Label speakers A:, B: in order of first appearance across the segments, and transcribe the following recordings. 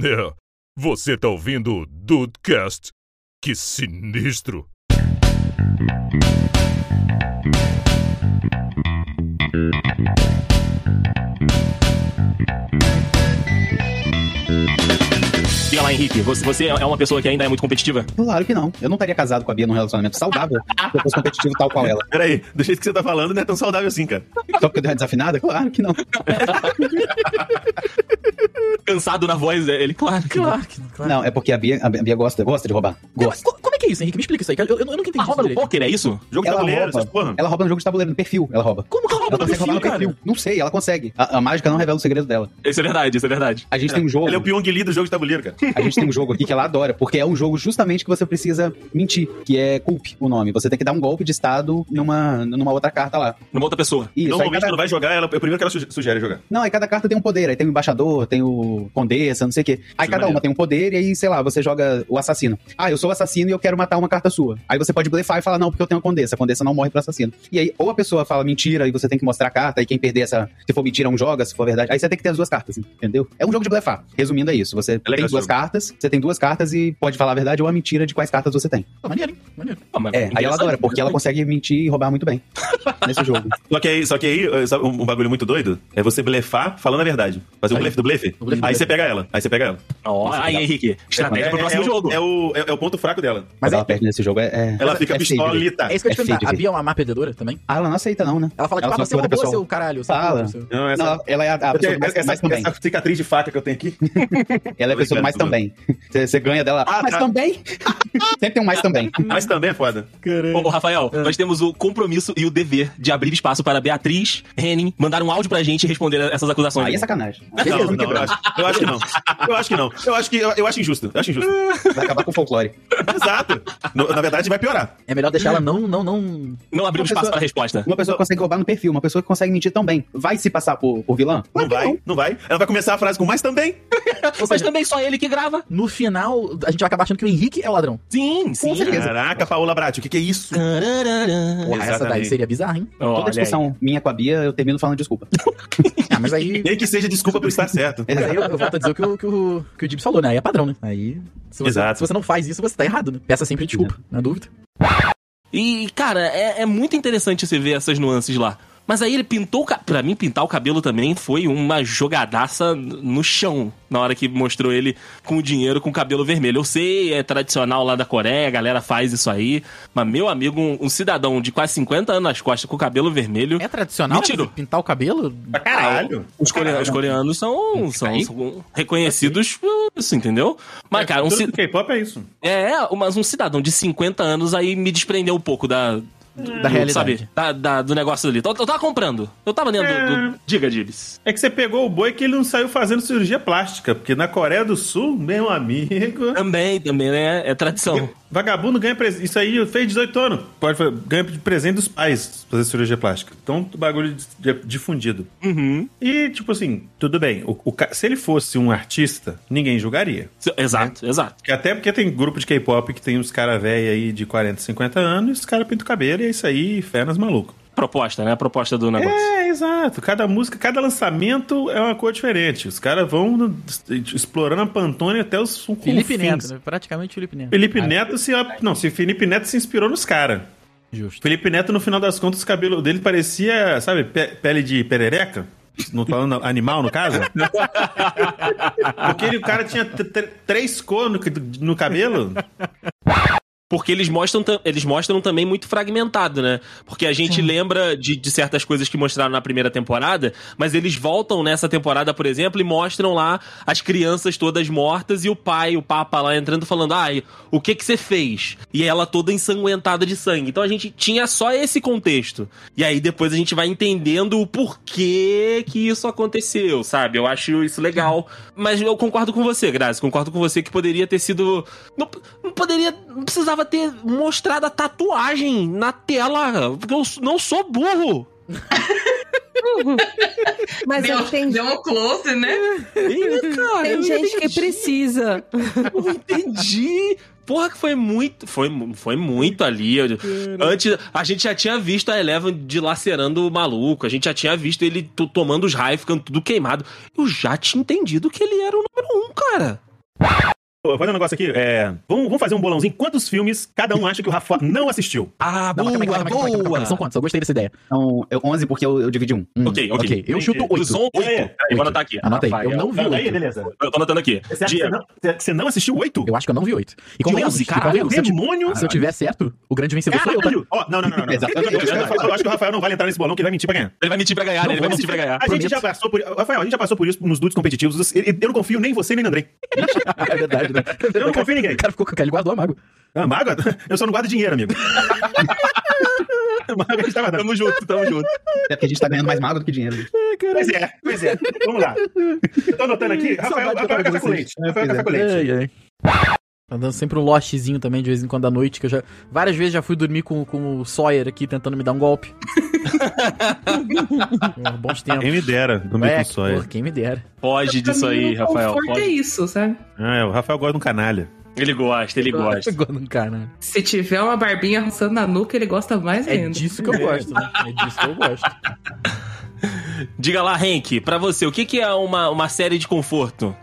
A: É, você tá ouvindo o Dudecast? Que sinistro!
B: E lá, Henrique, você, você é uma pessoa que ainda é muito competitiva?
C: Claro que não. Eu não estaria casado com a Bia num relacionamento saudável se eu fosse competitivo tal qual ela.
D: Peraí, do jeito que você tá falando, não é tão saudável assim, cara.
C: Só porque eu dei uma desafinada? Claro que não.
B: Cansado na voz dele, claro. que não.
E: Claro que claro.
C: Não, é porque a Bia, a Bia gosta, gosta de roubar.
E: Não, mas
C: Gosta.
E: co- como é que é isso, Henrique? Me explica isso aí, cara. Eu, eu, eu nunca entendi
B: Ah, rouba
E: isso
B: no
E: direito.
B: pôquer, é isso?
D: Jogo de
C: Ela
D: tabuleiro,
C: rouba,
D: essas porra.
C: ela rouba no jogo de tabuleiro, no perfil, ela rouba.
E: Como que eu roubo
C: Ela
E: no
C: consegue roubar
E: perfil,
C: no
E: cara?
C: perfil. Não sei, ela consegue. A, a mágica não revela o segredo dela.
B: Isso é verdade, isso é verdade.
C: A gente tem um jogo.
D: Ele é o Pyong Lee do jogo de tabuleiro, cara.
C: A gente tem um jogo aqui que ela adora, porque é um jogo justamente que você precisa mentir, que é culpe o nome. Você tem que dar um golpe de estado numa, numa outra carta lá.
B: Numa outra pessoa.
C: Isso, aí
D: Normalmente,
C: cada-
D: quando vai jogar, ela, é o primeiro que ela suge- sugere jogar.
C: Não, aí cada carta tem um poder. Aí tem o embaixador, tem o condessa, não sei o quê. Aí cada
D: Sim, é maneiro.
C: uma tem um poder e aí, sei lá, você joga o assassino. Ah, eu sou o assassino e eu quero matar uma carta sua. Aí você pode blefar e falar, não, porque eu tenho a condessa. A condessa não morre pro assassino. E aí, ou a pessoa fala mentira e você tem que mostrar a carta. E quem perder essa, se for mentira, um joga, se for verdade. Aí você tem que ter as duas cartas, entendeu? É um jogo de blefar. Resumindo, é isso. Você tem
D: legal
C: duas
D: esse jogo.
C: cartas, você tem duas cartas e pode falar a verdade ou a mentira de quais cartas você tem.
E: Pô, maneiro, hein? Maneiro.
B: Ah, mas
C: É, aí ela adora, porque ela consegue mentir e roubar muito bem nesse jogo.
D: Só que aí, só que aí eh, sabe um um bagulho muito doido é você blefar falando a verdade. Fazer um
E: Aí.
D: blefe do blefe.
E: O blefe do
D: Aí
E: blefe.
D: você pega ela. Aí você pega ela.
B: Ó, aí, Henrique, estratégia pro próximo
D: é,
B: jogo.
D: O, é, o, é, é o ponto fraco dela.
C: Mas
E: Mas
C: ela
E: é-
C: perde nesse jogo, é. é-
D: Ela fica
C: é fake.
D: pistolita.
E: É isso que eu te
C: É
E: pergunto.
C: feio,
E: A
C: feio.
E: Bia é uma má perdedora também?
C: Ah, ela não aceita, não, né?
E: Ela fala, tipo,
C: Ela
E: ah,
C: só
E: você
C: fica da
E: roubou,
C: pessoa.
E: seu caralho. você
C: Fala.
E: roubou, seu-
D: Não, essa,
C: Não, ela, ela é a, a
D: eu
C: pessoa
D: tenho-
C: do mais,
D: essa-
C: mais também.
D: essa cicatriz de faca que eu tenho aqui.
C: ela é a pessoa do mais
D: Obrigado,
C: também. Você, você ganha dela.
D: Ah,
C: mas
D: tá.
C: também? Sempre tem um mais também.
D: Mas também é foda.
B: Ô, ô, Rafael,
D: Ah.
B: nós temos o compromisso e o dever de abrir espaço para Beatriz Henning mandar um áudio pra gente e responder essas acusações.
C: Aí é sacanagem. Aí
D: Não,
C: eles vão
D: não, eu,
C: quebrar.
D: acho, eu acho que não. Eu acho que não. Eu acho que eu, eu acho injusto. Eu acho injusto.
C: Vai acabar com o folclore.
D: Exato. No- na verdade, vai piorar.
E: É melhor deixar ela não, não, não.
B: Não abrimos espaço
C: Uma pessoa-
B: para a resposta.
C: Uma pessoa que consegue roubar no perfil, uma pessoa que consegue mentir também. Vai se passar por, por vilã? Claro
D: Não
C: que
D: vai, não vai. Ela vai começar a frase com mais também.
E: Ou
B: Mas
E: seja,
B: também só ele que grava.
E: no final, a gente vai acabar achando que o Henrique é o ladrão.
B: Sim, sim.
C: certeza.
D: Caraca, Paola Brat, o que, que é isso?
B: Ah, Tararara.
E: Porra, essa daí
D: Exatamente.
E: seria bizarra, hein?
C: Toda
B: Olha aí.
C: discussão minha com a Bia, eu termino falando desculpa.
E: Ah, mas aí.
D: Nem que seja desculpa por estar certo.
E: Mas aí eu, eu volto a dizer o que o, que o, que o Gibbs falou, né? Aí é padrão, né? Aí. Se você,
D: Exato.
E: se você não faz isso, você tá errado, né? Peça sempre desculpa, na dúvida.
B: E, cara, é, é muito interessante você ver essas nuances lá. Mas aí ele pintou o cabelo. Pra mim, pintar o cabelo também foi uma jogadaça no chão. Na hora que mostrou ele com o dinheiro com o cabelo vermelho. Eu sei, é tradicional lá da Coreia, a galera faz isso aí. Mas, meu amigo, um, um cidadão de quase 50 anos nas costas com o cabelo vermelho.
E: É tradicional
B: Mentira.
E: você pintar o cabelo?
D: Pra caralho.
B: Os, core- os coreanos são, são,
E: Aí?
B: são reconhecidos por isso, entendeu? Mas, cara, um,
D: Tudo
B: ci-
D: do K-pop é isso.
B: É, mas um cidadão de 50 anos aí me desprendeu um pouco da. do-
E: Da realidade.
B: Sabe? Da, da- do negócio ali. Eu, eu tava comprando. Eu tava lendo. do- do- Diga, Dibs.
D: É que você pegou o boi que ele não saiu fazendo cirurgia plástica, porque na Coreia do Sul, meu amigo.
B: Também, também, né? É tradição.
D: Vagabundo ganha presente. Isso aí fez 18 anos. Pode fazer, ganha de presente dos pais fazer cirurgia plástica. Então, o bagulho de- de- difundido.
B: Uhum.
D: E, tipo assim, tudo bem. O, o ca- se ele fosse um artista, ninguém julgaria.
B: Se- Exato, exato.
D: Que Até porque tem grupo de K-pop que tem uns caras velhos aí de 40, 50 anos, e os caras pintam o cabelo e é isso aí, fé nas maluco.
B: Proposta, né? A proposta do negócio.
D: É, exato. Cada música, cada lançamento é uma cor diferente. Os caras vão no- explorando a Pantone até os
E: Felipe
D: confins.
E: Neto, né? Praticamente Felipe Neto.
D: Felipe
E: Ah,
D: Neto se. Não, se Felipe Neto se inspirou nos caras.
E: Justo.
D: Felipe Neto, no final das contas, o cabelo dele parecia, sabe, pe- pele de perereca? Não tô falando animal, no caso? Porque ele, o cara tinha t- t- três cores no, no cabelo.
B: Porque eles mostram, tam- eles mostram também muito fragmentado, né? Porque a gente lembra de, de certas coisas que mostraram na primeira temporada, mas eles voltam nessa temporada, por exemplo, e mostram lá as crianças todas mortas e o pai, o papa lá entrando falando: ai, o que que você fez? E ela toda ensanguentada de sangue. Então a gente tinha só esse contexto. E aí depois a gente vai entendendo o porquê que isso aconteceu, sabe? Eu acho isso legal. Mas eu concordo com você, Grazi. Concordo com você que poderia ter sido. Não, não poderia. Não precisava ter mostrado a tatuagem na tela. Porque eu não sou burro.
F: Mas
G: deu,
F: eu tem,
G: deu um close, né?
B: Ih, cara, eu
F: tem
B: não
F: gente que
B: entendi,
F: precisa.
B: eu não entendi. Porra, que foi muito. Foi, mu- foi muito ali. Eu- Antes, a gente já tinha visto a Eleven dilacerando o maluco. A gente já tinha visto ele to- tomando os raios, ficando tudo queimado. Eu já tinha entendido que ele era o número um, cara.
D: Vou fazer um negócio aqui. É, vamos, vamos fazer um bolãozinho. Quantos filmes cada um acha que o Rafa não assistiu?
E: Ah,
B: boa, boa.
E: São quantos? Eu gostei dessa ideia.
C: Então, eu, 11 porque eu, eu dividi um. Hum.
B: Ok, ok.
E: Eu chuto
B: O
E: oito.
B: som 8.
D: Oito.
B: Peraí, vou anotar aqui.
E: Anota aí. Eu
B: Rafael.
E: não vi
D: Aí,
E: oito.
D: beleza.
B: Eu tô anotando aqui.
D: Você acha que você
B: Diego,
D: é não, você- você não assistiu oito?
E: Eu acho que eu não vi oito. E assim? convenhamos,
B: onze,
E: e
B: caralho,
E: convenhamos, se eu ti-
D: É
E: Ah,
D: demônio!
E: Se eu tiver certo, o grande vencedor sou eu, tá?
D: Caralho! Ó, não, não, não, não. não.
C: Exato.
D: Eu, eu acho que o Rafael não vai entrar nesse bolão que ele vai mentir pra ganhar.
B: ele vai mentir pra ganhar, né?
E: Não
B: Ele vai
E: vou.
B: mentir pra ganhar.
D: A gente já passou por. Rafael, a gente já passou por isso nos dudes competitivos. Eu eu não confio nem em você, nem no Andrei.
E: É verdade, né?
D: Eu não confio em ninguém.
E: O cara ficou com o cara, ele guardou a mago.
D: Ah, Mago, eu só não guardo dinheiro, amigo. Mago, a gente tá tava dando.
B: Tamo junto, tamo junto.
C: É porque a gente tá ganhando mais mago do que dinheiro.
D: Pois é, pois é. Vamos lá. Eu tô anotando aqui. Rafael,
E: Saudade de
D: Rafael
E: jogar
D: café
E: com
D: com
E: vocês.
D: leite. Rafael
C: É,
D: café com leite.
E: Ai, ai. Tá dando sempre um lostzinho também, de vez em quando à noite, que eu já. Várias vezes já fui dormir com, com o Sawyer aqui tentando me dar um golpe. Hum, Bons tempos.
D: me dera do
E: É, pô, quem me dera.
B: Foge disso aí,
F: Pra mim,
B: Rafael.
F: O conforto é
B: foge.
F: isso, sabe?
D: Ah, o Rafael gosta de um canalha.
B: Ele gosta, ele gosta.
E: Eu gosto de um cara.
F: Se tiver uma barbinha roçando na nuca, ele gosta mais
E: É
F: ainda.
E: disso que eu gosto. né? É disso que eu gosto.
B: Diga lá, Henk, pra você, o que, que é uma, uma série de conforto?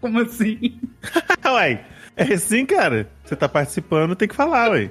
F: Como assim?
D: uai. É assim, cara. Você tá participando, tem que falar, uai.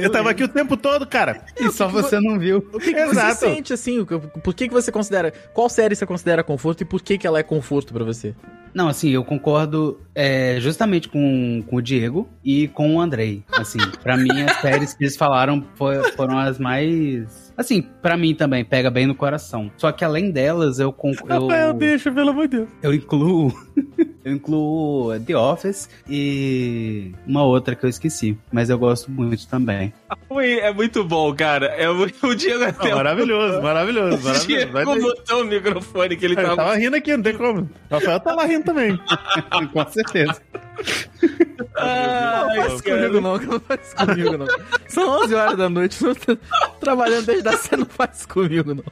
D: Eu tava aqui o tempo todo, cara.
G: E só você não viu.
E: O que, que você
D: Exato.
E: sente, assim? o que- Por que, que você considera. Qual série você considera conforto e por que, que ela é conforto pra você?
G: Não, assim, eu concordo é, justamente com, com o Diego e com o Andrei. Assim, pra mim, as séries que eles falaram fo- foram as mais. Assim, pra mim também, pega bem no coração. Só que além delas, eu concordo.
D: Rafael, deixa, pelo amor de Deus.
G: Eu incluo. eu incluo The Office e uma outra que eu esqueci. Mas eu gosto muito também.
B: Ui, é muito bom, cara. É o, o Diego até.
D: maravilhoso, maravilhoso,
B: o
D: maravilhoso.
B: Diego
D: Vai daí. tá
B: botou o microfone que ele
D: Eu
B: tava.
D: tava rindo aqui, não tem como. Rafael tava rindo também.
G: Com certeza.
B: Ai,
E: Não Ah, faz comigo não, que não faz comigo não. São 11 horas da noite, eu tô trabalhando desde a cena, não faz comigo não.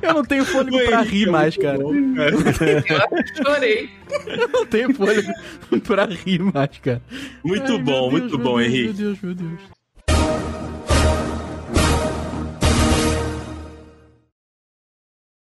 E: Eu não tenho fôlego pra rir mais, cara.
F: Chorei.
E: Eu não tenho fôlego pra rir mais, cara.
B: Muito
E: Ai, meu
B: bom,
E: Deus,
B: muito
E: meu
B: bom,
E: Deus,
B: Henrique.
E: Meu Deus, meu Deus.